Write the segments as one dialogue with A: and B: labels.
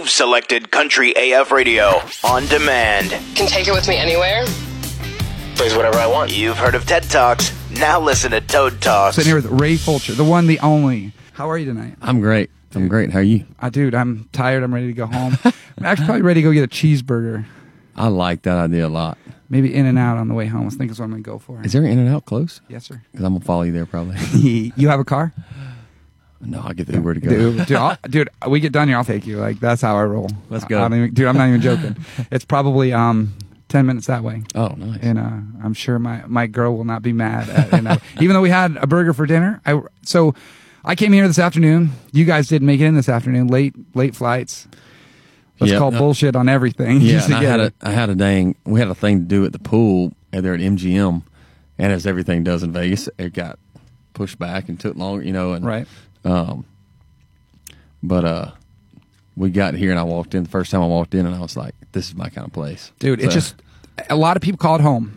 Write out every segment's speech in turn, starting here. A: You've selected Country AF Radio on demand.
B: can take it with me anywhere.
C: Plays whatever I want.
A: You've heard of TED Talks. Now listen to Toad Talks.
D: Sitting here with Ray Fulcher, the one, the only. How are you tonight?
E: I'm great. I'm great. How are you?
D: Uh, dude, I'm tired. I'm ready to go home. I'm actually probably ready to go get a cheeseburger.
E: I like that idea a lot.
D: Maybe In and Out on the way home. I think is what I'm going to go for.
E: Is there an in and out close?
D: yes, sir.
E: Because I'm gonna follow you there probably.
D: you have a car?
E: no, I get the Uber to go.
D: Dude, dude, I'll- dude, we get done here. I'll take you. Like, that's how I roll.
E: Let's
D: I-
E: go.
D: I don't even- dude, I'm not even joking. It's probably um, 10 minutes that way.
E: Oh, nice.
D: and uh, I'm sure my, my girl will not be mad. At, you know, even though we had a burger for dinner, I so I came here this afternoon. You guys didn't make it in this afternoon. Late late flights. Let's
E: Yep.
D: call bullshit on everything.
E: yeah,
D: Just to
E: and I
D: get
E: had a
D: it.
E: I had a dang. We had a thing to do at the pool and there at MGM, and as everything does in Vegas, it got pushed back and took long. You know, and
D: right.
E: But uh, we got here and I walked in the first time I walked in and I was like, "This is my kind of place,
D: Dude, it's
E: So,
D: just a lot of people call it home.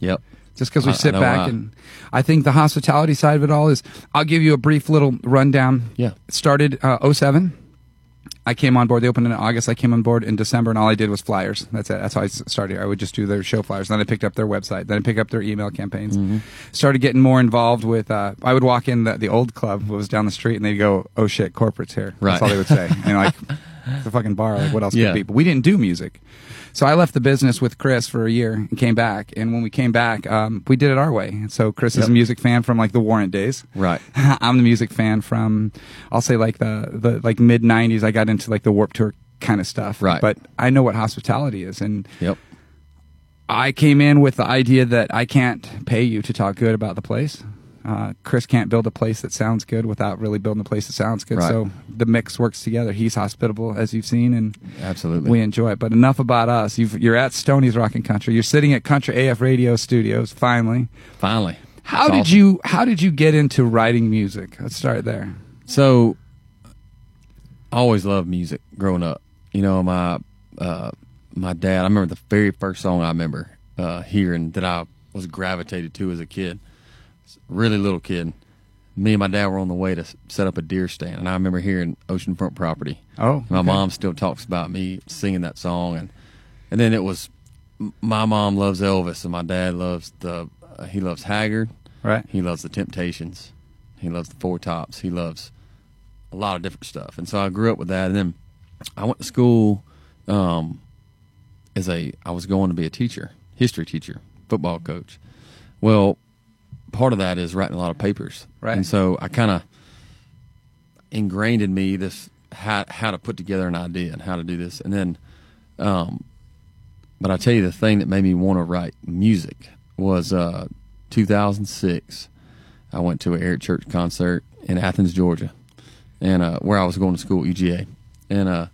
E: yep.
D: just because we
E: I- I
D: sit
E: know
D: back
E: why.
D: and i think the hospitality side of it all is i'll give you a brief little rundown
E: Yeah.
D: It started uh, 07 i came on board they opened in august i came on board in december and all i did was flyers that's it that's how i s- started i would just do their show flyers then i picked up their website then i picked up their email campaigns
E: Mm-hmm.
D: started getting more involved with uh, i would walk in the, the old club what was down the street and they'd go oh shit corporate's here
E: Right.
D: that's all they would say and like the fucking bar like what else
E: Yeah.
D: could be but we didn't do music so i left the business with chris for a year and came back and when we came back um, we did it our way And so chris is
E: Yep.
D: a music fan from like the warrant days
E: Right.
D: i'm the music fan from i'll say like the, the like mid 90s i got into like the warp tour kind of stuff
E: Right.
D: but i know what hospitality is and
E: Yep.
D: I came in with the idea that I can't pay you to talk good about the place. Uh, Chris can't build a place that sounds good without really building a place that sounds good.
E: Right.
D: So the mix works together. He's hospitable, as you've seen, and
E: Absolutely.
D: we enjoy it. But enough about us. You've, you're at Stony's Rockin' Country. You're sitting at Country AF Radio Studios. Finally,
E: Finally.
D: how
E: It's
D: did
E: awesome.
D: you how did you get into writing music? Let's start there.
E: So, I always loved music growing up. You know, my uh, my dad. I remember the very first song I remember uh, hearing that I was gravitated to as a kid, really little kid. Me and my dad were on the way to s- set up a deer stand, and I remember hearing Oceanfront Property.
D: Oh,
E: my
D: okay.
E: mom still talks about me singing that song, and and then it was m- my mom loves Elvis, and my dad loves the uh, he loves Haggard.
D: Right.
E: He loves the Temptations. He loves the Four Tops. He loves a lot of different stuff. And so I grew up with that. And then I went to school um, as a I was going to be a teacher, history teacher, football coach. Well, part of that is writing a lot of papers.
D: Right.
E: And so I kind of ingrained in me this how how to put together an idea and how to do this. And then um, but I tell you the thing that made me want to write music was uh, 2006. I went to an Eric Church concert in Athens, Georgia, and uh, where I was going to school, UGA. And uh,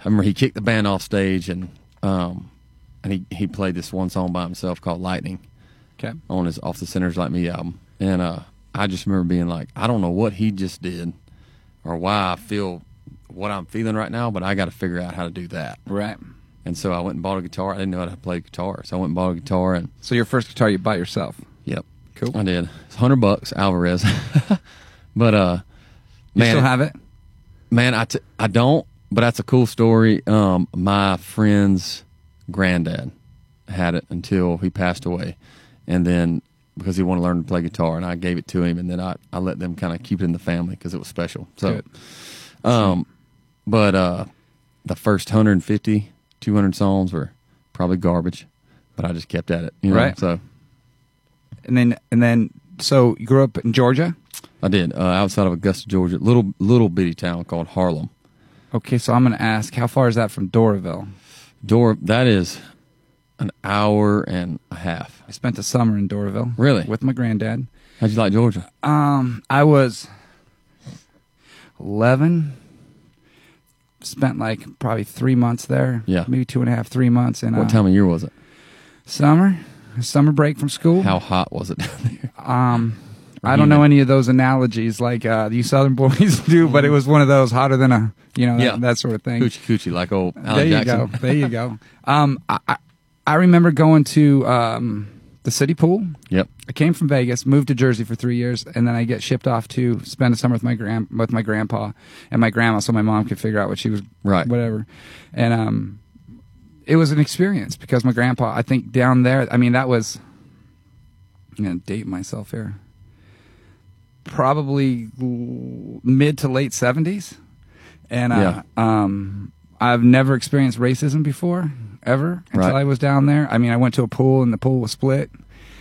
E: I remember he kicked the band off stage, and um, and he, he played this one song by himself called "Lightning"
D: Okay.
E: on his "Off the Sinners Like Me" album. And uh, I just remember being like, I don't know what he just did, or why I feel what I'm feeling right now, but I got to figure out how to do that.
D: Right.
E: And so I went and bought a guitar. I didn't know how to play guitar, so I went and bought a guitar and
D: So your first guitar you bought yourself.
E: yep,
D: Cool.
E: I did. It's hundred bucks, Alvarez. but uh,
D: You
E: man,
D: still have it?
E: man, I t- I don't. But that's a cool story. Um, my friend's granddad had it until he passed away, and then because he wanted to learn to play guitar, and I gave it to him, and then I, I let them kind of keep it in the family because it was special. So. um,
D: Good.
E: But uh, the first 150, 200 songs were probably garbage, but I just kept at it. You know?
D: Right.
E: So
D: And then and then so you grew up in Georgia.
E: I did uh, outside of Augusta, Georgia, little little bitty town called Harlem.
D: Okay, so I'm going to ask, how far is that from Doraville?
E: Door that is an hour and a half.
D: I spent a summer in Doraville.
E: Really?
D: With my granddad.
E: How'd you like Georgia?
D: I was 11. Spent like probably three months there.
E: Yeah.
D: Maybe two and a half, three months. And
E: what time of year was it?
D: Summer. Summer break from school.
E: How hot was it down there?
D: I don't know any of those analogies like uh, you Southern boys do, but it was one of those hotter than a, you know,
E: Yeah.
D: that, that sort of thing.
E: Coochie coochie, like old Alan
D: there
E: Jackson.
D: you go. There you go. Um, I, I I remember going to um, the city pool.
E: Yep.
D: I came from Vegas, moved to Jersey for three years, and then I get shipped off to spend a summer with my grand with my grandpa and my grandma, so my mom could figure out what she was
E: Right.
D: whatever. And um, it was an experience because my grandpa. I think down there, I mean, that was. I'm gonna date myself here. Probably l- mid to late seventies, and uh, um, I've never experienced racism before ever until
E: Right.
D: I was down there. I mean, I went to a pool and the pool was split.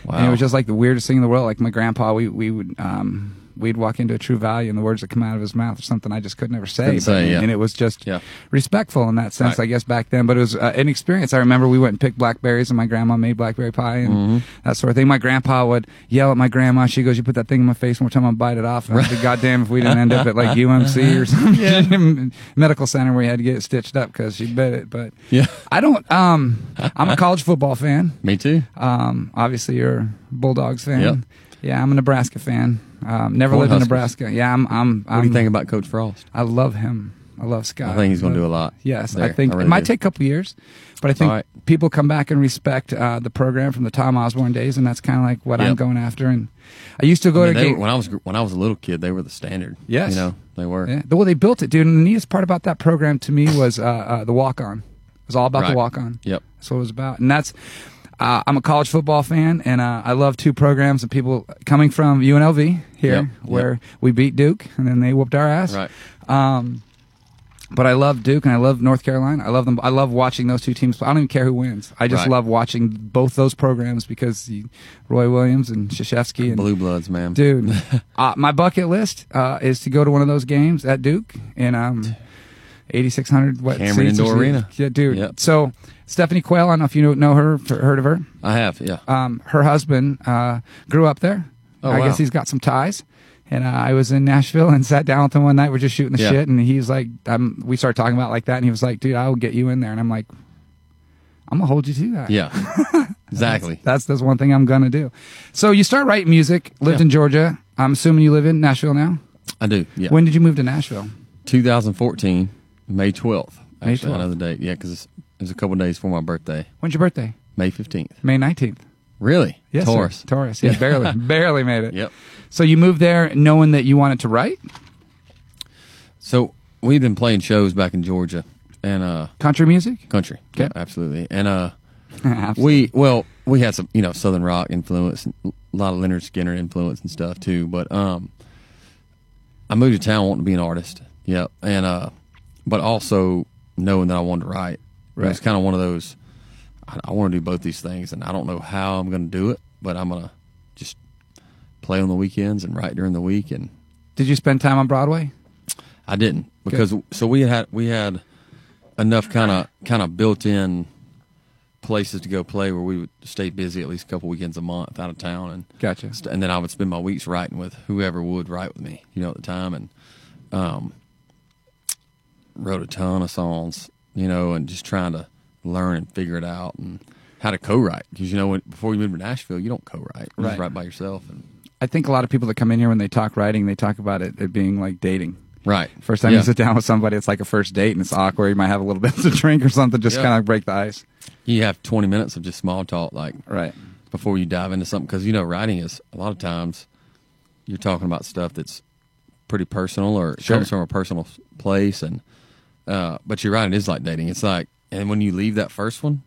D: And it
E: Wow.
D: was just like the weirdest thing in the world. Like my grandpa, we we would um we'd walk into a true value and the words that come out of his mouth or something I just could never say.
E: Couldn't say,
D: but-
E: yeah.
D: And it was just
E: Yeah.
D: respectful in that sense,
E: Right.
D: I guess back then. But it was uh, an experience. I remember we went and picked blackberries and my grandma made blackberry pie and
E: Mm-hmm.
D: that sort of thing. My grandpa would yell at my grandma. She goes, "You put that thing in my face one more time, I'll bite it off." And I said, "God damn if we didn't end up at like UMC or some medical center where you had to get it stitched up because she bit it." But
E: Yeah.
D: I don't. Um, I'm a college football fan.
E: Me too.
D: Um, obviously, you're a Bulldogs fan.
E: Yep.
D: Yeah, I'm a Nebraska fan. Um, never
E: Corn
D: lived
E: Huskers.
D: in Nebraska. Yeah, I'm. I'm, I'm
E: What do you think about Coach Frost?
D: I love him. I love Scott.
E: I think he's going to
D: Love-
E: do a lot.
D: Yes, I
E: there.
D: think
E: really
D: it might
E: do.
D: take a couple years, but I think
E: all right.
D: people come back and respect uh, the program from the Tom Osborne days, and that's kind of like what I'm
E: Yep.
D: going after. And I used to go
E: I mean,
D: to
E: they
D: ga-
E: were- when I was gr- when I was a little kid, they were the standard.
D: Yes.
E: you know they were.
D: Yeah. The- Well, they built it, dude. And the neatest part about that program to me was uh, uh, the walk on. It was all about the
E: Right.
D: walk on.
E: Yep.
D: That's what it was about. And that's, uh, I'm a college football fan, and uh, I love two programs and people coming from UNLV here,
E: Yep, yep.
D: where we beat Duke, and then they whooped our ass.
E: Right.
D: Um, but I love Duke and I love North Carolina. I love them. I love watching those two teams. play. I don't even care who wins. I just
E: Right.
D: love watching both those programs because you, Roy Williams and Shashevsky and
E: Blue Bloods, man.
D: dude. uh, my bucket list uh, is to go to one of those games at Duke and um, 8600 what
E: Cameron
D: seats
E: Indoor
D: or-
E: Arena.
D: Yeah, dude.
E: Yep.
D: So Stephanie Quayle, I don't know if you know, know her, f- heard of her.
E: I have. Yeah.
D: Um, her husband uh, grew up there.
E: Oh,
D: I
E: wow.
D: guess he's got some ties. And uh, I was in Nashville and sat down with him one night. We're just shooting the
E: Yeah.
D: shit, and he's like, um, we started talking about it like that, and he was like, "Dude, I will get you in there." And I'm like, "I'm gonna hold you to that."
E: yeah. exactly.
D: That's that's one thing I'm gonna do. So you start writing music. Lived in Georgia. I'm assuming you live in Nashville now.
E: I do. Yeah.
D: When did you move to Nashville?
E: 2014, May 12th.
D: May
E: Actually,
D: 12th.
E: another date. Yeah, because it's, it's a couple days before my birthday,
D: When's your birthday?
E: May 15th.
D: May 19th.
E: Really?
D: Yes, sir.
E: Taurus.
D: Taurus. Yeah, barely, barely made it.
E: Yep.
D: So you moved there knowing that you wanted to write
E: So we've been playing shows back in Georgia and uh
D: country music.
E: country.
D: Okay.
E: Yeah, absolutely. And uh
D: Absolutely.
E: we well we had some you know southern rock influence and a lot of Leonard Skinner influence and stuff too. But um, I moved to town wanting to be an artist. Yep, and uh, but also knowing that I wanted to write. It was
D: Right.
E: kind of one of those. I, I want to do both these things, and I don't know how I'm going to do it, but I'm going to just play on the weekends and write during the week and
D: Did you spend time on Broadway?
E: I didn't because so we had we had enough kind of kind of built in places to go play where we would stay busy at least a couple weekends a month out of town and
D: Gotcha.
E: st- and then I would spend my weeks writing with whoever would write with me you know at the time and um wrote a ton of songs you know and just trying to learn and figure it out and how to co-write because you know when, before you move to Nashville you don't co-write you
D: Right.
E: just write by yourself and
D: I think a lot of people that come in here when they talk writing, they talk about it, it being like dating.
E: right
D: First time
E: Yeah.
D: you sit down with somebody, it's like a first date, and it's awkward. You might have a little bit to drink or something, just
E: Yeah.
D: kind of break the ice.
E: you have 20 minutes of just small talk like
D: Right.
E: before you dive into something because you know writing is a lot of times you're talking about stuff that's pretty personal or it
D: Sure.
E: comes from a personal s- place and uh, but you're right it is like dating it's like and when you leave that first one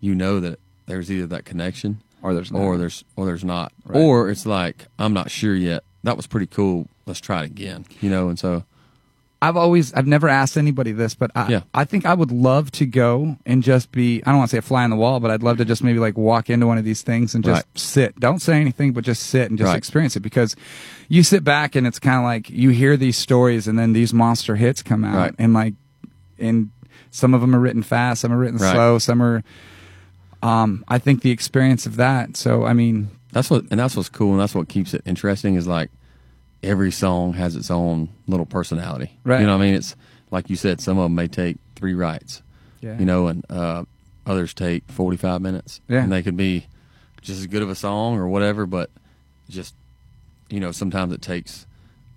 E: you know that there's either that connection
D: Or there's
E: or
D: not.
E: there's or there's not or it's like i'm not sure yet that was pretty cool let's try it again you know and so
D: I've always I've never asked anybody this, but I
E: Yeah.
D: I think I would love to go and just be I don't want to say a fly on the wall, but I'd love to just maybe like walk into one of these things and just
E: Right.
D: sit. Don't say anything, but just sit and just
E: Right.
D: experience it because you sit back and it's kind of like you hear these stories and then these monster hits come out
E: Right.
D: and like and some of them are written fast, some are written
E: Right.
D: slow, some are um I think the experience of that. So I mean,
E: That's what, and that's what's cool, and that's what keeps it interesting. Is like every song has its own little personality.
D: Right.
E: You know what I mean? It's like you said, some of them may take three writes.
D: Yeah.
E: You know, and uh, others take forty-five minutes.
D: Yeah.
E: And they could be just as good of a song or whatever, but just you know, sometimes it takes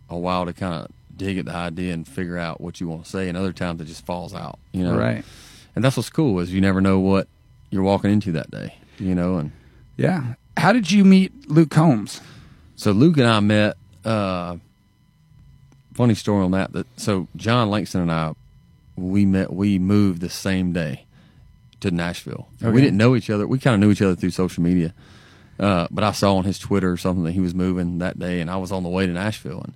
E: a while to kind of dig at the idea and figure out what you want to say, and other times it just falls out. You know.
D: right.
E: And that's what's cool is you never know what you're walking into that day. You know, and
D: Yeah. How did you meet Luke Combs?
E: So Luke and I met. Uh, funny story on that. That so John Langston and I, we met. We moved the same day to Nashville.
D: Okay.
E: We didn't know each other. We kind of knew each other through social media. Uh, but I saw on his Twitter or something that he was moving that day, and I was on the way to Nashville, and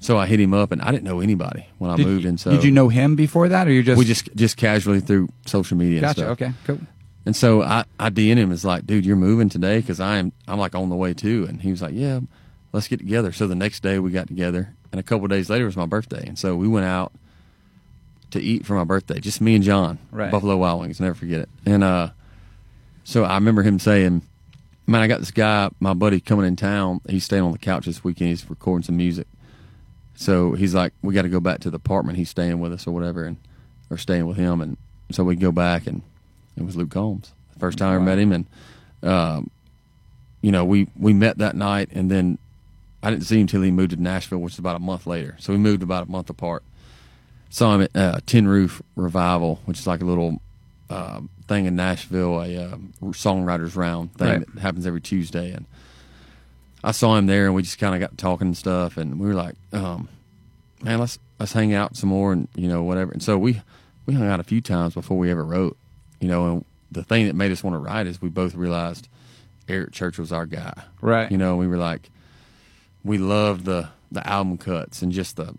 E: so I hit him up, and I didn't know anybody when I
D: Did,
E: moved, and so
D: did you know him before that, or you just
E: we just just casually through social media. and
D: gotcha?
E: stuff.
D: Okay, cool.
E: And so I, I DN him is like, dude, you're moving today because I'm I'm like on the way too. And he was like, yeah, let's get together. So the next day we got together, and a couple days later was my birthday, and so we went out to eat for my birthday, just me and John,
D: Right.
E: Buffalo Wild Wings, never forget it. And uh, so I remember him saying, man, I got this guy, my buddy, coming in town. He's staying on the couch this weekend. He's recording some music. So he's like, we got to go back to the apartment. He's staying with us or whatever, and or staying with him. And so we go back, and it was Luke Combs. First time I ever met him, and um, you know, we we met that night, and then I didn't see him till he moved to Nashville, which is about a month later. So we moved about a month apart. Saw him at uh, Tin Roof Revival, which is like a little um thing in Nashville, a um, songwriters round thing
D: Right.
E: that happens every Tuesday, and I saw him there, and we just kind of got talking and stuff, and we were like, um, "Man, let's let's hang out some more," and you know, whatever. And so we we hung out a few times before we ever wrote, you know. And the thing that made us want to write is we both realized Eric Church was our guy,
D: Right.
E: You know, we were like, we loved the the album cuts and just the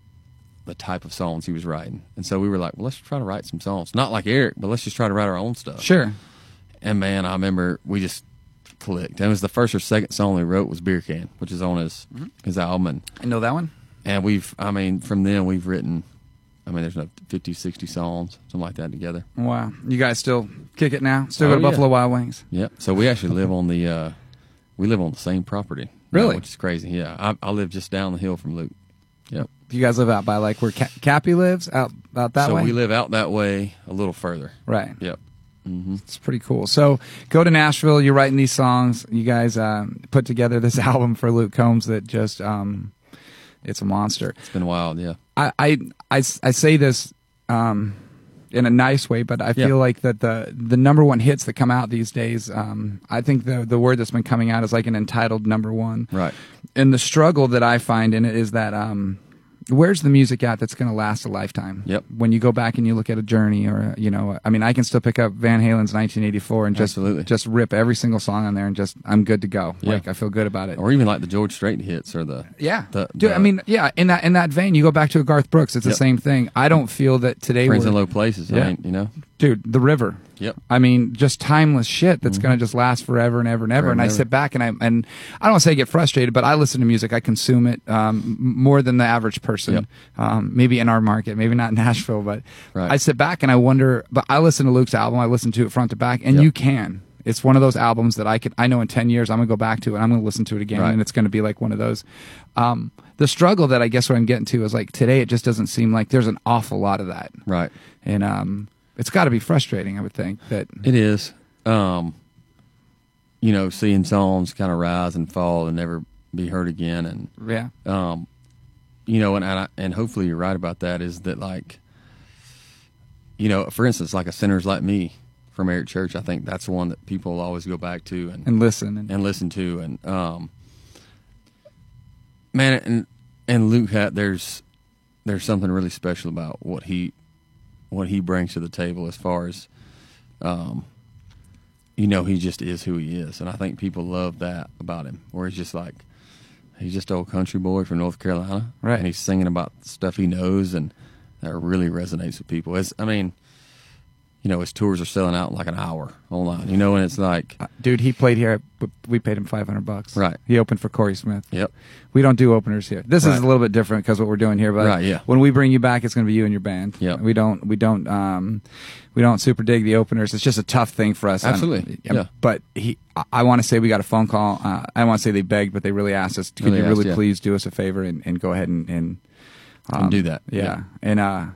E: the type of songs he was writing, and so we were like, well, let's try to write some songs, not like Eric, but let's just try to write our own stuff.
D: Sure.
E: And man, I remember we just clicked. And it was the first or second song we wrote was Beer Can, which is on his
D: Mm-hmm.
E: his album. And,
D: I know that one.
E: and we've, I mean, from then we've written, I mean, there's no 50, 60 songs, something like that together.
D: Wow. You guys still kick it now? Still
E: Oh,
D: go to
E: yeah.
D: Buffalo Wild Wings?
E: Yep. So we actually live on the, uh, we live on the same property. now,
D: Really?
E: which is crazy. Yeah. I, I live just down the hill from Luke. Yep.
D: You guys live out by like where Ca- Cappy lives, out out that
E: so
D: way.
E: we live out that way a little further.
D: right.
E: Yep.
D: It's pretty cool. So go to Nashville. You're writing these songs. You guys um, put together this album for Luke Combs that just um, it's a monster.
E: It's been wild. Yeah.
D: I I I, s- I say this um, in a nice way, but I
E: Yeah.
D: feel like that the the number one hits that come out these days. Um, I think the the word that's been coming out is like an entitled number one.
E: Right.
D: And the struggle that I find in it is that um, where's the music at that's going to last a lifetime?
E: Yep.
D: When you go back and you look at a Journey or you know, I mean, I can still pick up Van Halen's 1984 and just
E: Absolutely.
D: just rip every single song on there and just I'm good to go.
E: Yeah.
D: Like I feel good about it.
E: Or even like the George Strait hits or the,
D: Yeah,
E: The-
D: dude. I
E: the-
D: mean, yeah. In that in that vein, you go back to a Garth Brooks. It's the
E: Yep.
D: same thing. I don't feel that today.
E: Friends
D: we're-
E: in Low Places.
D: Yeah.
E: I mean, you know?
D: dude, the river.
E: Yep. Mm-hmm.
D: I mean, just timeless shit that's going to just last forever and ever and ever. and I
E: and ever.
D: sit back and I and I don't say I get frustrated, but I listen to music. I consume it um, m- more than the average person.
E: Yep.
D: Um, maybe in our market, maybe not in Nashville, but
E: Right.
D: I sit back and I wonder. But I listen to Luke's album. I listen to it front to back, and
E: Yep.
D: you can. It's one of those albums that I could. I know in ten years I'm gonna go back to it. I'm gonna listen to it again,
E: Right.
D: and it's gonna be like one of those. Um, the struggle that I guess what I'm getting to is like today. It just doesn't seem like there's an awful lot of that
E: Right.
D: and um, it's got to be frustrating. I would think that
E: It is. Um, you know, seeing songs kind of rise and fall and never be heard again, and
D: yeah,
E: um, you know, and and, I, and hopefully you're right about that. Is that like, you know, for instance, like a "Sinners Like Me" from Eric Church, I think that's one that people always go back to and
D: and listen and,
E: and listen to and um man and and Luke had there's there's something really special about what he what he brings to the table as far as um you know he just is who he is and I think people love that about him where he's just like he's just an old country boy from North Carolina
D: Right.
E: and he's singing about stuff he knows and that really resonates with people it's, I mean you know his tours are selling out in like an hour online you know and it's like
D: dude, he played here. but We paid him five hundred bucks.
E: Right.
D: He opened for Corey Smith.
E: yep
D: We don't do openers here. This is
E: Right.
D: a little bit different because what we're doing here, but
E: Right, yeah.
D: when we bring you back, it's going to be you and your band.
E: Yeah.
D: we don't, we don't, um, we don't super dig the openers. It's just a tough thing for us. I'm-
E: Absolutely, yeah.
D: But he, I, I want to say we got a phone call. Uh, I want to say they begged, but they really asked us, could
E: Really
D: you
E: asked,
D: really
E: yeah.
D: please do us a favor and, and go ahead and, and
E: and do that.
D: Yeah. And uh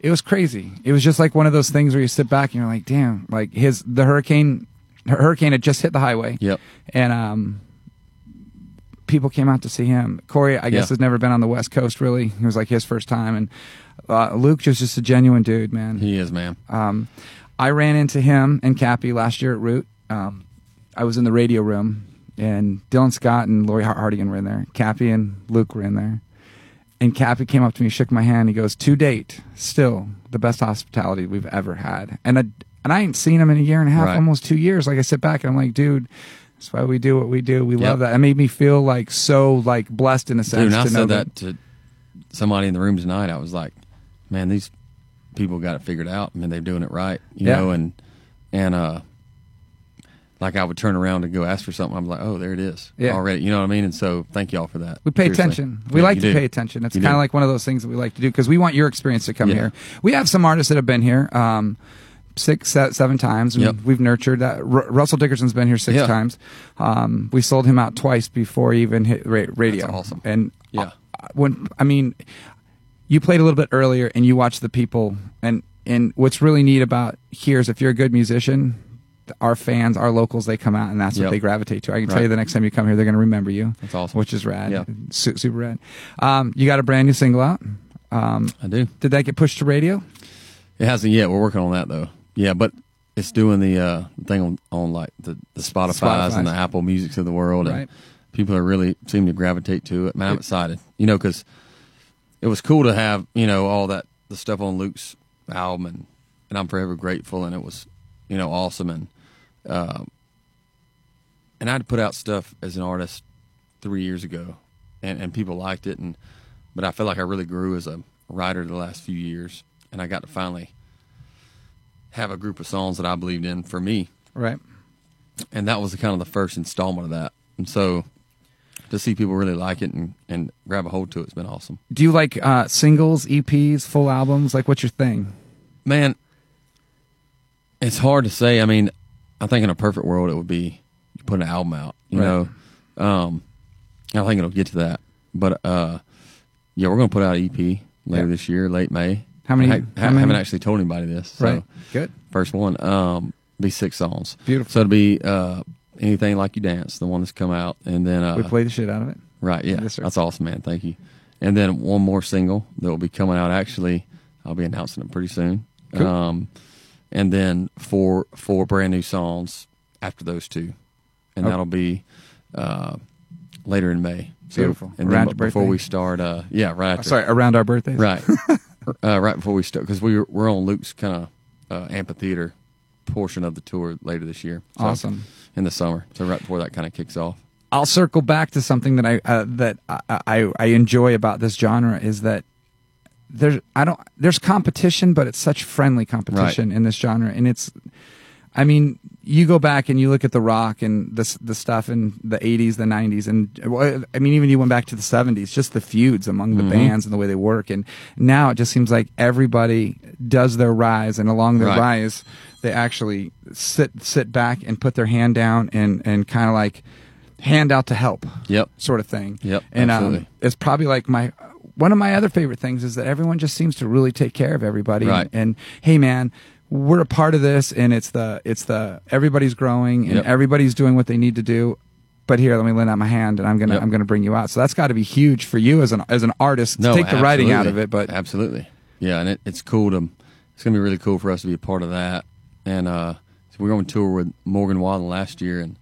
D: it was crazy. It was just like one of those things where you sit back and you're like, damn, like his the hurricane her hurricane had just hit the highway.
E: Yep.
D: And um people came out to see him. Corey, I guess,
E: Yeah.
D: has never been on the West Coast really. It was like his first time and uh, Luke was just a genuine dude, man.
E: He is, man.
D: Um, I ran into him and Cappy last year at Root. Um, I was in the radio room, and Dylan Scott and Lori Hart- Hardigan were in there. Cappy and Luke were in there. And Cappy came up to me, shook my hand. He goes, "To date, still the best hospitality we've ever had." And I and I ain't seen him in a year and a half,
E: Right.
D: almost two years. Like I sit back and I'm like, dude. That's why we do what we do. We love
E: Yep.
D: that. It made me feel like so like blessed in a sense.
E: Dude, and I
D: to know
E: said that to somebody in the room tonight. I was like, man, these people got it figured out. I mean, they're doing it right, you
D: Yeah.
E: know, and, and, uh, like I would turn around and go ask for something. I'm like, oh, there it is
D: Yeah.
E: already. You know what I mean? And so thank y'all for that.
D: We pay
E: Seriously.
D: attention. We
E: Yeah,
D: like
E: you
D: to
E: do.
D: pay attention. It's
E: You
D: kind of
E: do.
D: like one of those things that we like to do because we want your experience to come
E: Yeah.
D: here. We have some artists that have been here um, six, se- seven times. and
E: Yep.
D: We've nurtured that. R- Russell Dickerson's been here six
E: Yeah.
D: times. Um, we sold him out twice before he even hit ra- radio.
E: awesome.
D: And
E: Yeah.
D: uh, when I mean, you played a little bit earlier and you watched the people and and what's really neat about here is if you're a good musician. Our fans, our locals, they come out and that's what
E: Yep.
D: they gravitate to. I can tell
E: Right.
D: you the next time you come here, they're going to remember you.
E: That's awesome.
D: Which is rad.
E: Yeah.
D: Su- super rad. Um, you got a brand new single out. Um,
E: I do.
D: did that get pushed to radio?
E: It hasn't yet. We're working on that though. Yeah, but it's doing the uh, thing on, on like the, the Spotify's, and the
D: Spotify's.
E: Apple Musics of the world,
D: Right.
E: and people are really seem to gravitate to it. Man, I'm excited. You know, because it was cool to have you know all that the stuff on Luke's album, and and I'm forever grateful. And it was you know awesome, and um, and I'd put out stuff as an artist three years ago, and and people liked it, and but I feel like I really grew as a writer the last few years, and I got to finally have a group of songs that I believed in for me,
D: Right.
E: and that was kind of the first installment of that. And so, to see people really like it and and grab a hold to it, it's been awesome.
D: Do you like uh, singles, EPs, full albums? Like, what's your thing?
E: Man, it's hard to say. I mean, I think in a perfect world, it would be you put an album out. You
D: Right.
E: know, um, I think it'll get to that. But uh, yeah, we're gonna put out an EP later
D: Yeah.
E: this year, late May.
D: How many-
E: I,
D: how
E: I haven't
D: many?
E: actually told anybody this. So.
D: Right. Good.
E: First one, um, be six songs.
D: Beautiful.
E: So it'll be uh, anything like you dance, the one that's come out, and then uh,
D: we play the shit out of it.
E: Right, yeah.
D: Yes, sir.
E: That's awesome, man. Thank you. And then one more single that will be coming out. Actually, I'll be announcing it pretty soon.
D: Cool.
E: Um, and then four four brand new songs after those two, and
D: Okay.
E: that'll be uh, later in May. So,
D: Beautiful.
E: And
D: Around
E: then
D: your
E: b- before
D: birthday?
E: we start, uh, yeah, right. After,
D: Oh, Sorry, around our birthdays.
E: right, uh, right before we start because we were, we're on Luke's kind of uh, amphitheater portion of the tour later this year. So,
D: Awesome.
E: in the summer. So right before that kind of kicks off.
D: I'll circle back to something that I uh, that I, I I enjoy about this genre is that there's I don't there's competition, but it's such friendly competition in this genre, and it's I mean you go back and you look at the rock and the s- the stuff in the 80s, the 90s, and well, I mean even you went back to the 70s, just the feuds among
E: Mm-hmm.
D: the bands and the way they work, and now it just seems like everybody does their rise, and along their
E: Right.
D: rise they actually sit sit back and put their hand down and and kind of like hand out to help
E: Yep.
D: sort of thing.
E: Yep,
D: And um,
E: absolutely.
D: it's probably like my one of my other favorite things is that everyone just seems to really take care of everybody.
E: Right.
D: And, hey, man, we're a part of this, and it's the it's the everybody's growing and
E: Yep.
D: everybody's doing what they need to do. But here, let me lend out my hand, and I'm gonna
E: Yep.
D: I'm gonna bring you out. So that's got to be huge for you as an as an artist. to take the writing out of
E: absolutely.
D: it, but
E: absolutely, yeah, and it, it's cool to. It's gonna be really cool for us to be a part of that, and uh, so we were on tour with Morgan Wallen last year, and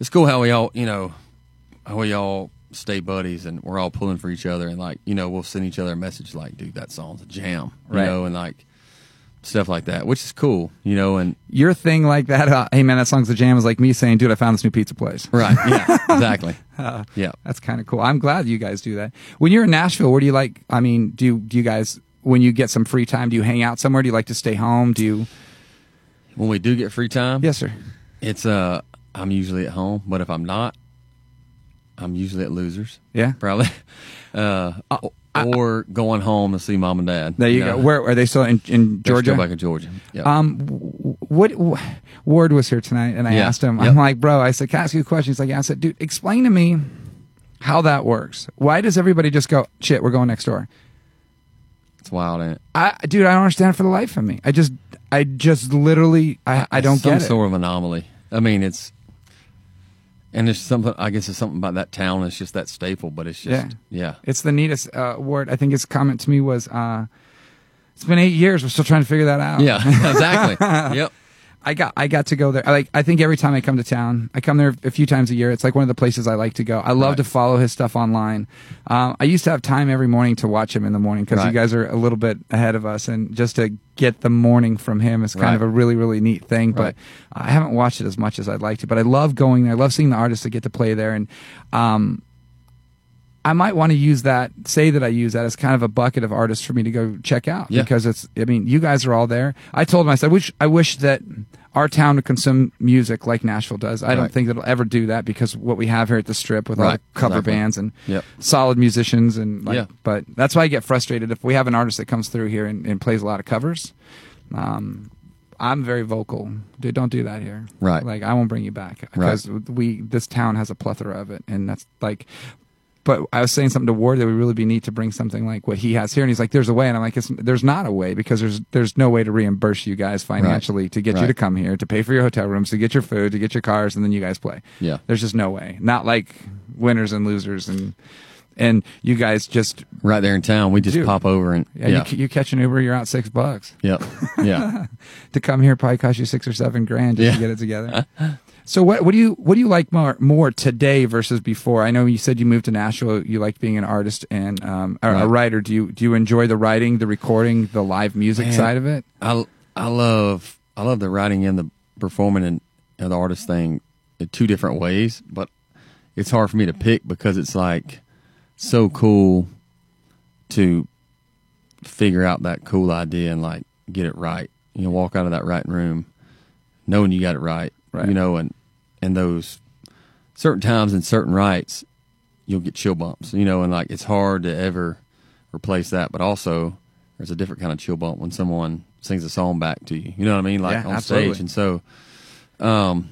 E: it's cool how we all, you know, how we all stay buddies, and we're all pulling for each other, and like, you know, we'll send each other a message like, "Dude, that song's a jam," you
D: Right.
E: know, and like stuff like that, which is cool, you know, and
D: your thing like that. Uh, hey, man, that song's the jam is like me saying, dude, I found this new pizza place.
E: right, yeah, exactly, yeah.
D: That's kind of cool. I'm glad you guys do that. When you're in Nashville, where do you like? I mean, do you, do you guys when you get some free time? Do you hang out somewhere? Do you like to stay home? Do you?
E: When we do get free time,
D: Yes, sir.
E: It's uh, I'm usually at home, but if I'm not, I'm usually at losers.
D: Yeah.
E: probably. Uh, or going home to see mom and dad.
D: There you
E: know.
D: go. Where are they still in, in
E: They're
D: Georgia?
E: Still back in Georgia. Yeah.
D: Um, w- what w- Ward was here tonight, and I
E: Yeah.
D: asked him.
E: Yep.
D: I'm like, bro. I said, can I ask you a question? He's like, yeah. I said, dude, explain to me how that works. Why does everybody just go, shit, we're going next door?
E: it's wild, ain't it?
D: I, dude, I don't understand for the life of me. I just, I just literally, I, I don't
E: Some
D: get it.
E: sort of anomaly. I mean, it's and there's something. I guess there's something about that town. It's just that staple, but it's just yeah.
D: It's the neatest uh, word. I think his comment to me was, uh, "It's been eight years. We're still trying to figure that out."
E: Yeah, exactly. yep.
D: I got I got to go there. I like I think every time I come to town, I come there a few times a year. It's like one of the places I like to go. I love
E: Right.
D: to follow his stuff online. Um, I used to have time every morning to watch him in the morning because you
E: Right.
D: guys are a little bit ahead of us, and just to get the morning from him is kind
E: Right.
D: of a really really neat thing. But
E: Right.
D: I haven't watched it as much as I'd like to. But I love going there. I love seeing the artists that get to play there, and um, I might want to use that, say that I use that as kind of a bucket of artists for me to go check out
E: Yeah.
D: because it's, I mean, you guys are all there. I told myself, I wish, I wish that our town would consume music like Nashville does. I don't
E: Right.
D: think that it'll ever do that because what we have here at the strip with all
E: Right,
D: the cover
E: exactly.
D: bands and
E: Yep.
D: solid musicians and like,
E: Yeah.
D: but that's why I get frustrated if we have an artist that comes through here and, and plays a lot of covers. Um, I'm very vocal. Dude, don't do that here.
E: Right.
D: Like I won't bring you back
E: Right.
D: because we this town has a plethora of it, and that's like. But I was saying something to Ward that would really be neat to bring something like what he has here, and he's like, "There's a way," and I'm like, it's, "There's not a way because there's there's no way to reimburse you guys financially to get you
E: Right.
D: to come here, to pay for your hotel rooms, to get your food, to get your cars, and then you guys play.
E: Yeah.
D: there's just no way. Not like winners and losers, and and you guys just
E: right there in town. We just
D: Dude.
E: pop over and
D: yeah,
E: yeah,
D: You, c- you catch an Uber, you're out six bucks.
E: yep, yeah.
D: to come here probably cost you six or seven grand just to
E: Yeah. Uh-huh.
D: get it together. so what what do you what do you like more more today versus before? I know you said you moved to Nashville. You like being an artist and um, or a
E: Right.
D: writer. Do you do you enjoy the writing, the recording, the live music
E: Man.
D: side of it?
E: I I love I love the writing and the performing and, and the artist thing in two different ways, but it's hard for me to pick because it's like so cool to figure out that cool idea and like get it right. You know, walk out of that writing room knowing you got it right.
D: Right.
E: You know, and and those certain times and certain rights, you'll get chill bumps, you know, and like it's hard to ever replace that. But also, there's a different kind of chill bump when someone sings a song back to you. You know what I mean? Like
D: Yeah,
E: on
D: absolutely.
E: stage. And so, um,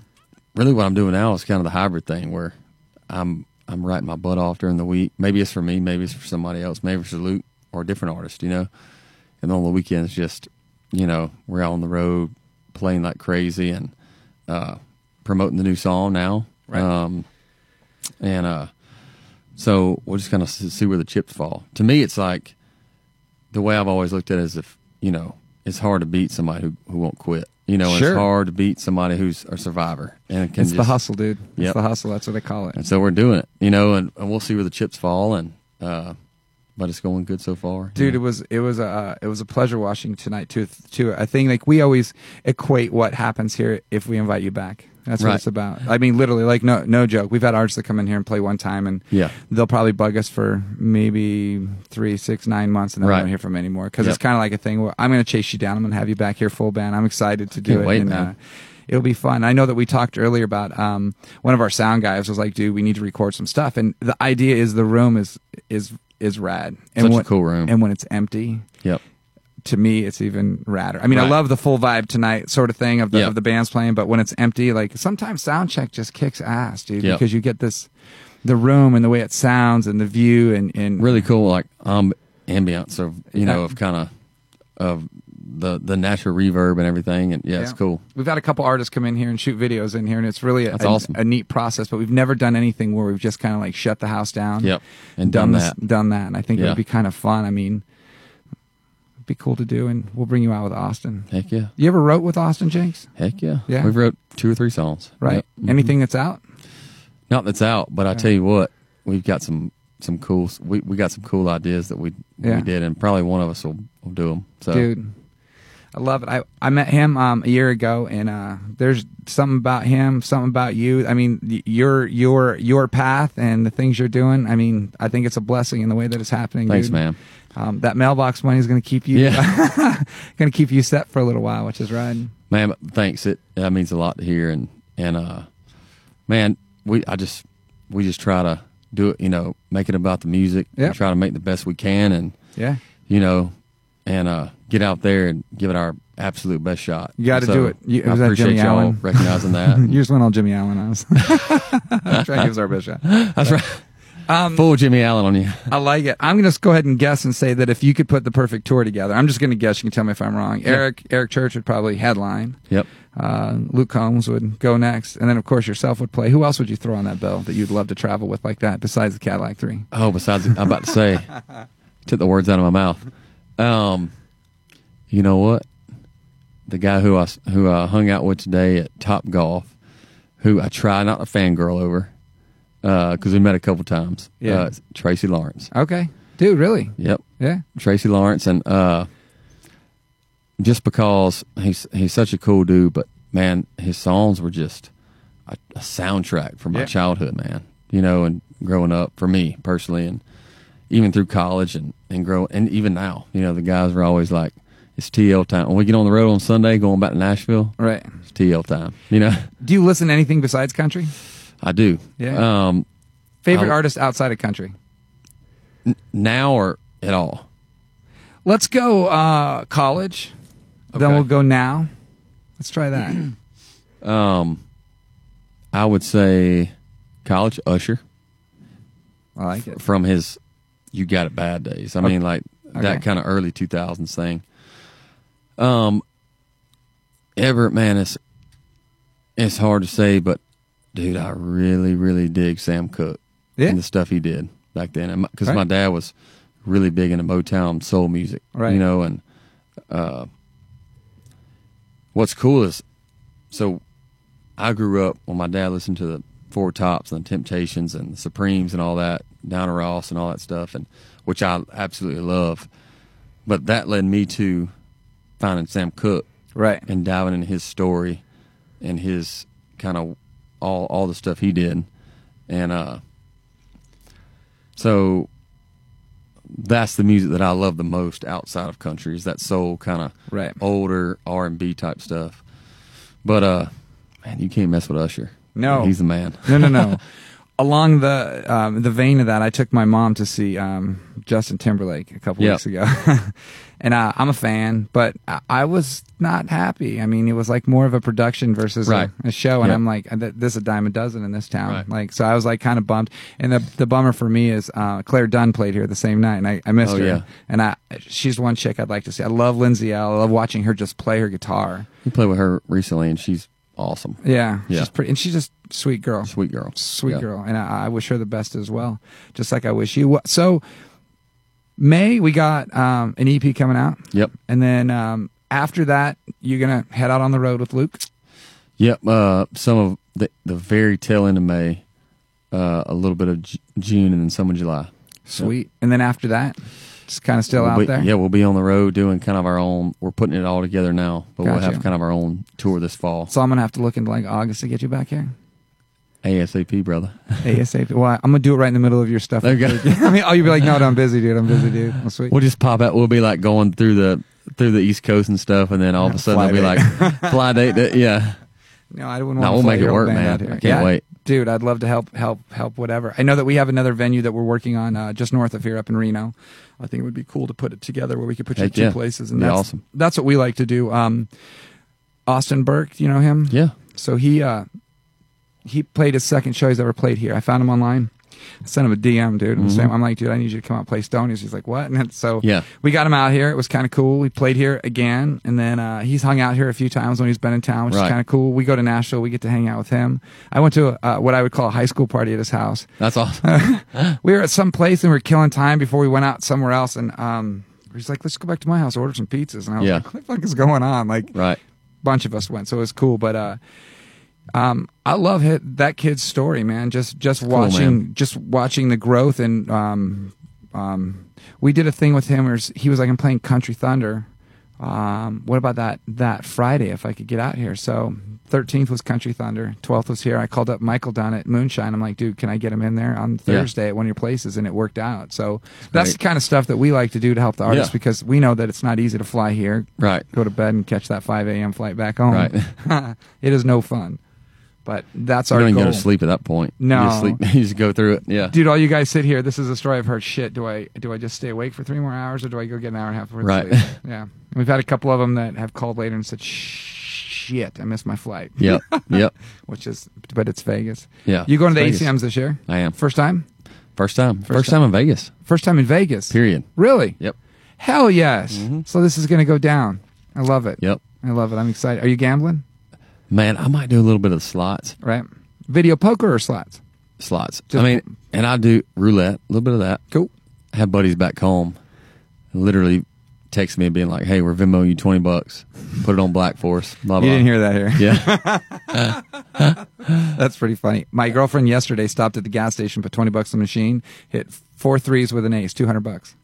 E: really, what I'm doing now is kind of the hybrid thing where I'm I'm writing my butt off during the week. Maybe it's for me, maybe it's for somebody else, maybe it's for Luke or a different artist, you know. And on the weekends, just you know, we're out on the road playing like crazy and uh, promoting the new song now.
D: Right.
E: Um, and uh, so we'll just kind of see where the chips fall. To me, it's like the way I've always looked at it is if you know it's hard to beat somebody who, who won't quit. You know, and
D: Sure.
E: it's hard to beat somebody who's a survivor and can
D: It's the
E: just-
D: hustle, dude. It's
E: Yep.
D: the hustle. That's what I call it.
E: And so we're doing it, you know, and, and we'll see where the chips fall. And uh, but it's going good so far,
D: dude it was it was a uh, it was a pleasure watching tonight too too i think like we always equate what happens here if we invite you back that's what
E: Right.
D: it's about i mean literally like no no joke we've had artists that come in here and play one time and
E: Yeah.
D: they'll probably bug us for maybe three six nine months and then we
E: Right.
D: don't hear from them anymore because it's
E: Yep.
D: kind of like a thing where i'm going to chase you down i'm going to have you back here full band i'm excited to do
E: Can't
D: it
E: wait,
D: and,
E: man.
D: uh, it'll be fun. I know that we talked earlier about um, one of our sound guys was like, "Dude, we need to record some stuff." And the idea is the room is is is rad. And
E: Such a
D: when-
E: cool room.
D: And when it's empty,
E: Yep.
D: to me, it's even radder. I mean, I
E: Right.
D: love the full vibe tonight, sort of thing of the
E: Yeah.
D: of the band's playing. But when it's empty, like sometimes sound check just kicks ass, dude,
E: Yeah.
D: because you get this the room and the way it sounds and the view and and
E: really cool like um ambience of you know
D: Yeah.
E: of kind of of the the natural reverb and everything and yeah, it's
D: Yeah.
E: cool
D: We've had a couple artists come in here and shoot videos in here, and it's really a,
E: That's
D: a-
E: awesome.
D: a neat process. But we've never done anything where we've just kind of like shut the house down.
E: Yep. And done
D: this-
E: that.
D: Done that, and I think it
E: Yeah.
D: would be kind of fun. I mean, it'd be cool to do, and we'll bring you out with Austin.
E: heck yeah
D: You ever wrote with Austin Jenks?
E: heck yeah
D: Yeah.
E: we wrote two or three songs
D: Right.
E: Yep. Mm-hmm.
D: Anything that's out?
E: not that's out but i tell you what we've got some some cool we, we got some cool ideas that we
D: Yeah.
E: we did and probably one of us will, will do them so
D: dude i love it i, I met him um, a year ago and uh, there's something about him something about you i mean y- your your your path and the things you're doing i mean i think it's a blessing in the way that it's happening
E: Thanks,
D: dude.
E: man.
D: um, that mailbox money is going to keep you
E: Yeah.
D: going to keep you set for a little while which is right
E: man but thanks it that means a lot to hear and and uh man we i just we just try to do it you know make it about the music and
D: Yep.
E: try to make the best we can and
D: yeah
E: you know, and uh, get out there and give it our absolute best shot.
D: You gotta do it. You-
E: I
D: was that
E: appreciate
D: Jimmy
E: y'all
D: Allen?
E: recognizing that.
D: you just went all jimmy allen on us trying to give us our best shot
E: That's right. Full Jimmy Allen on you.
D: I like it. I'm going to go ahead and guess and say that if you could put the perfect tour together, I'm just going to guess. You can tell me if I'm wrong. Eric Eric Church would probably headline.
E: Yep.
D: Uh, Luke Combs would go next, and then of course yourself would play. Who else would you throw on that bill that you'd love to travel with like that besides the Cadillac Three?
E: Oh, besides, I'm about to say, took the words out of my mouth. Um, you know what? the guy who I s- who I hung out with today at Top Golf, who I try not to fangirl over, because we met a couple times.
D: Yeah.
E: uh, Tracy Lawrence.
D: Okay, dude, really?
E: Yep,
D: Yeah.
E: Tracy Lawrence, and uh, just because he's he's such a cool dude, but man, his songs were just a, a soundtrack for my
D: Yeah.
E: childhood, man. You know, and growing up for me personally, and even through college and and grow and even now, you know, the guys were always like, "It's TL time." When we get on the road on Sunday, going back to Nashville,
D: Right.
E: it's TL time. You know,
D: Do you listen to anything besides country?
E: I do.
D: Yeah.
E: Um,
D: Favorite
E: I'll-
D: artist outside of country?
E: now or at all.
D: Let's go uh, college. Then
E: Okay.
D: we'll go now. Let's try that.
E: I would say college usher.
D: I like it.
E: from his you got it bad days. I mean, like
D: Okay.
E: that kind of early 2000s thing. Um, Everett, man, it's, it's hard to say, but dude, I really, really dig Sam Cooke
D: Yeah.
E: and the stuff he did back then. Because
D: Right.
E: my dad was really big into Motown soul music,
D: Right.
E: you know, and uh, what's cool is so I grew up when my dad listened to the Four Tops and the Temptations and the Supremes and all that, Donna Ross and all that stuff, and which I absolutely love. But that led me to finding Sam Cooke
D: Right.
E: and diving into his story and his kind of all all the stuff he did, and uh, so that's the music that I love the most outside of country is that soul kind of
D: Right.
E: older R and B type stuff. But uh, man, you can't mess with Usher.
D: No.
E: he's the man.
D: No, no, no. Along the um, the vein of that, I took my mom to see um, Justin Timberlake a couple
E: Yeah.
D: weeks ago, and uh, I'm a fan, but I, I was not happy. I mean, it was like more of a production versus a-
E: Right.
D: a, show, and
E: Yeah.
D: I'm like, "Uh, th- this is a dime a dozen in this town.
E: Right.
D: Like, so I was like kind of bummed. And the the bummer for me is uh, Claire Dunn played here the same night, and I, I missed
E: Oh,
D: her.
E: yeah.
D: And I she's one chick I'd like to see. I love Lindsay. L. I love watching her just play her guitar.
E: We played with her recently, and she's awesome.
D: Yeah,
E: Yeah.
D: she's pretty, and she's just a sweet girl
E: Sweet girl.
D: sweet
E: Yeah.
D: girl, and I, I wish her the best as well, just like I wish you. wa- So May we got um, an EP coming out,
E: Yep.
D: and then um, after that you're gonna head out on the road with Luke.
E: Yep. Uh, some of the, the very tail end of May, uh, a little bit of J- June, and then some of July.
D: Sweet, and then after that, just kind of still
E: We'll
D: out
E: be-
D: there.
E: Yeah, we'll be on the road doing kind of our own. We're putting it all together now, but we'll
D: Gotcha.
E: have kind of our own tour this fall.
D: So I'm gonna have to look into like August to get you back here
E: ASAP, brother.
D: ASAP. Well, I'm gonna do it right in the middle of your stuff.
E: There you go.
D: I mean, oh, you'll be like, no, no, I'm busy, dude. I'm busy, dude. Well, sweet.
E: we'll just pop out. We'll be like going through the through the East Coast and stuff, and then all of a sudden
D: Fly
E: I'll be like fly date. to- yeah,
D: No, I wouldn't want
E: No,
D: to
E: we'll
D: fly
E: make it
D: your old
E: work,
D: band
E: man.
D: out here.
E: I can't
D: Yeah,
E: wait.
D: Dude, I'd love to help, help, help, whatever. I know that we have another venue that we're working on uh, just north of here up in Reno. I think it would be cool to put it together where we could put you
E: Heck
D: two
E: yeah.
D: places. And
E: Be
D: that's,
E: awesome.
D: that's what we like to do. Um, Austin Burke, do you know him?
E: yeah.
D: So he, uh, he played his second show he's ever played here. I found him online. I sent him a DM, dude. and same- I'm like, dude, I need you to come out and play Stonies. He's like, what? And so
E: Mm-hmm. Yeah.
D: we got him out here. It was kind of cool. We played here again, and then uh, he's hung out here a few times when he's been in town, which is
E: Right.
D: kind of cool. We go to Nashville. We get to hang out with him. I went to uh, what I would call a high school party at his house.
E: That's awesome.
D: We were at some place and we were killing time before we went out somewhere else, and um, he's like, let's go back to my house, order some pizzas. And I was
E: Yeah.
D: like, what the fuck is going on? Like,
E: right.
D: bunch of us went, so it was cool. But uh, um, I love hit, that kid's story, man. Just just watching,
E: man.
D: just watching the growth, and um, um, we did a thing with him where he was like, "I'm playing Country Thunder." Um, what about that that Friday if I could get out here? So. 13th was Country Thunder. 12th was here. I called up Michael down at Moonshine. I'm like, dude, can I get him in there on
E: Yeah.
D: Thursday at one of your places? And it worked out. So that's
E: great.
D: the kind of stuff that we like to do to help the artists
E: Yeah.
D: because we know that it's not easy to fly here,
E: Right.
D: go to bed and catch that 5 a.m. flight back home.
E: Right.
D: it is no fun, but that's
E: You
D: our
E: don't even
D: goal.
E: go to sleep at that point.
D: No.
E: you just, sleep. you just go through it. Yeah,
D: Dude, all you guys sit here. This is a story I've heard. Shit, do I do I just stay awake for three more hours, or do I go get an hour and a half worth
E: Right.
D: of sleep? Yeah, And we've had a couple of them that have called later and said, "Shit, I missed my flight."
E: Yep. Yep.
D: which is, but it's Vegas.
E: Yeah.
D: you going to the
E: It's
D: ACMs
E: Vegas.
D: this year?
E: I am.
D: First time.
E: First time. First,
D: time.
E: time. in Vegas.
D: First time in Vegas.
E: Period.
D: Really?
E: Yep. Mm-hmm.
D: Hell yes. So this is going to go down. I love it.
E: Yep.
D: I love it. I'm excited. Are you gambling?
E: Man, I might do a little bit of slots.
D: Right. Video poker or slots?
E: Slots.
D: Just-
E: I mean, and I do roulette, a little bit of that.
D: Cool.
E: I have buddies back home, literally texting me and being like, "Hey, we're Venmoing you twenty bucks. Put it on black for us." Blah blah.
D: You didn't hear that here.
E: Yeah.
D: That's pretty funny. My girlfriend yesterday stopped at the gas station, put 20 bucks on the machine, hit four threes with an ace, 200 bucks.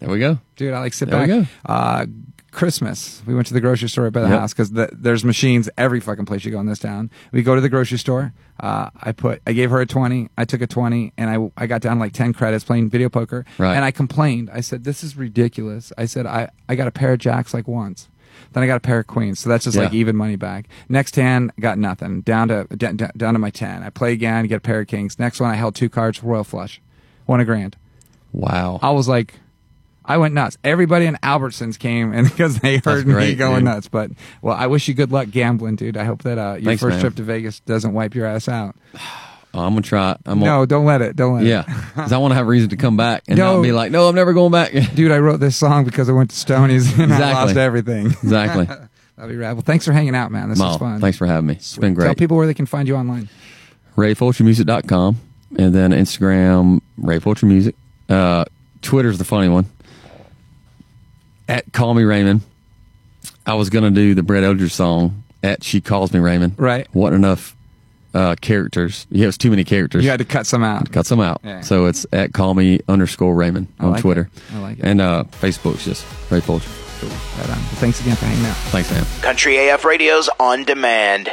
E: there we go.
D: Dude, I like sit
E: There we
D: back.
E: go.
D: Uh, Christmas, we went to the grocery store right by the
E: Yep.
D: house because the, there's machines every fucking place you go in this town. We go to the grocery store. Uh, I put, I gave her a 20, I took a 20, and I, I got down like 10 credits playing video poker.
E: Right.
D: And I complained. I said, this is ridiculous. I said, I, I got a pair of jacks like once. Then I got a pair of queens, so that's just
E: Yeah.
D: like even money back. Next hand, got nothing. Down to d- d- down to my ten. I play again, get a pair of kings. Next one, I held two cards, royal flush, won a grand.
E: Wow.
D: I was like, I went nuts. Everybody in Albertsons came and because they heard me
E: great,
D: going
E: dude.
D: nuts. But well, I wish you good luck gambling, dude. I hope that uh, your
E: Thanks,
D: first
E: man.
D: trip to Vegas doesn't wipe your ass out.
E: I'm gonna try. I'm gonna,
D: No, don't let it. Don't let
E: Yeah,
D: it.
E: because I want to have reason to come back and
D: No.
E: not be like, no, I'm never going back.
D: Dude, I wrote this song because I went to Stoney's and I
E: Exactly.
D: lost everything.
E: exactly.
D: That'll be right. Well, thanks for hanging out, man. This was
E: Mom,
D: fun.
E: thanks for having me. It's been
D: Tell
E: great.
D: people where they can find you online.
E: RayFulcherMusic.com and then Instagram, Ray Fulcher Music. Uh, Twitter's the funny one. At Call Me Raymond. I was going to do the Brett Eldridge song at She Calls Me Raymond.
D: Right.
E: Wasn't enough uh, characters. Yeah, it was too many characters.
D: You had to cut some out.
E: Cut some out.
D: Yeah.
E: So it's at Call Me underscore Raymond
D: I
E: on
D: like
E: Twitter.
D: it. I like it.
E: And uh, Facebook's just Ray Fulcher.
D: Right on. Well, thanks again for hanging out.
E: Thanks, man.
A: Country AF Radio's on demand.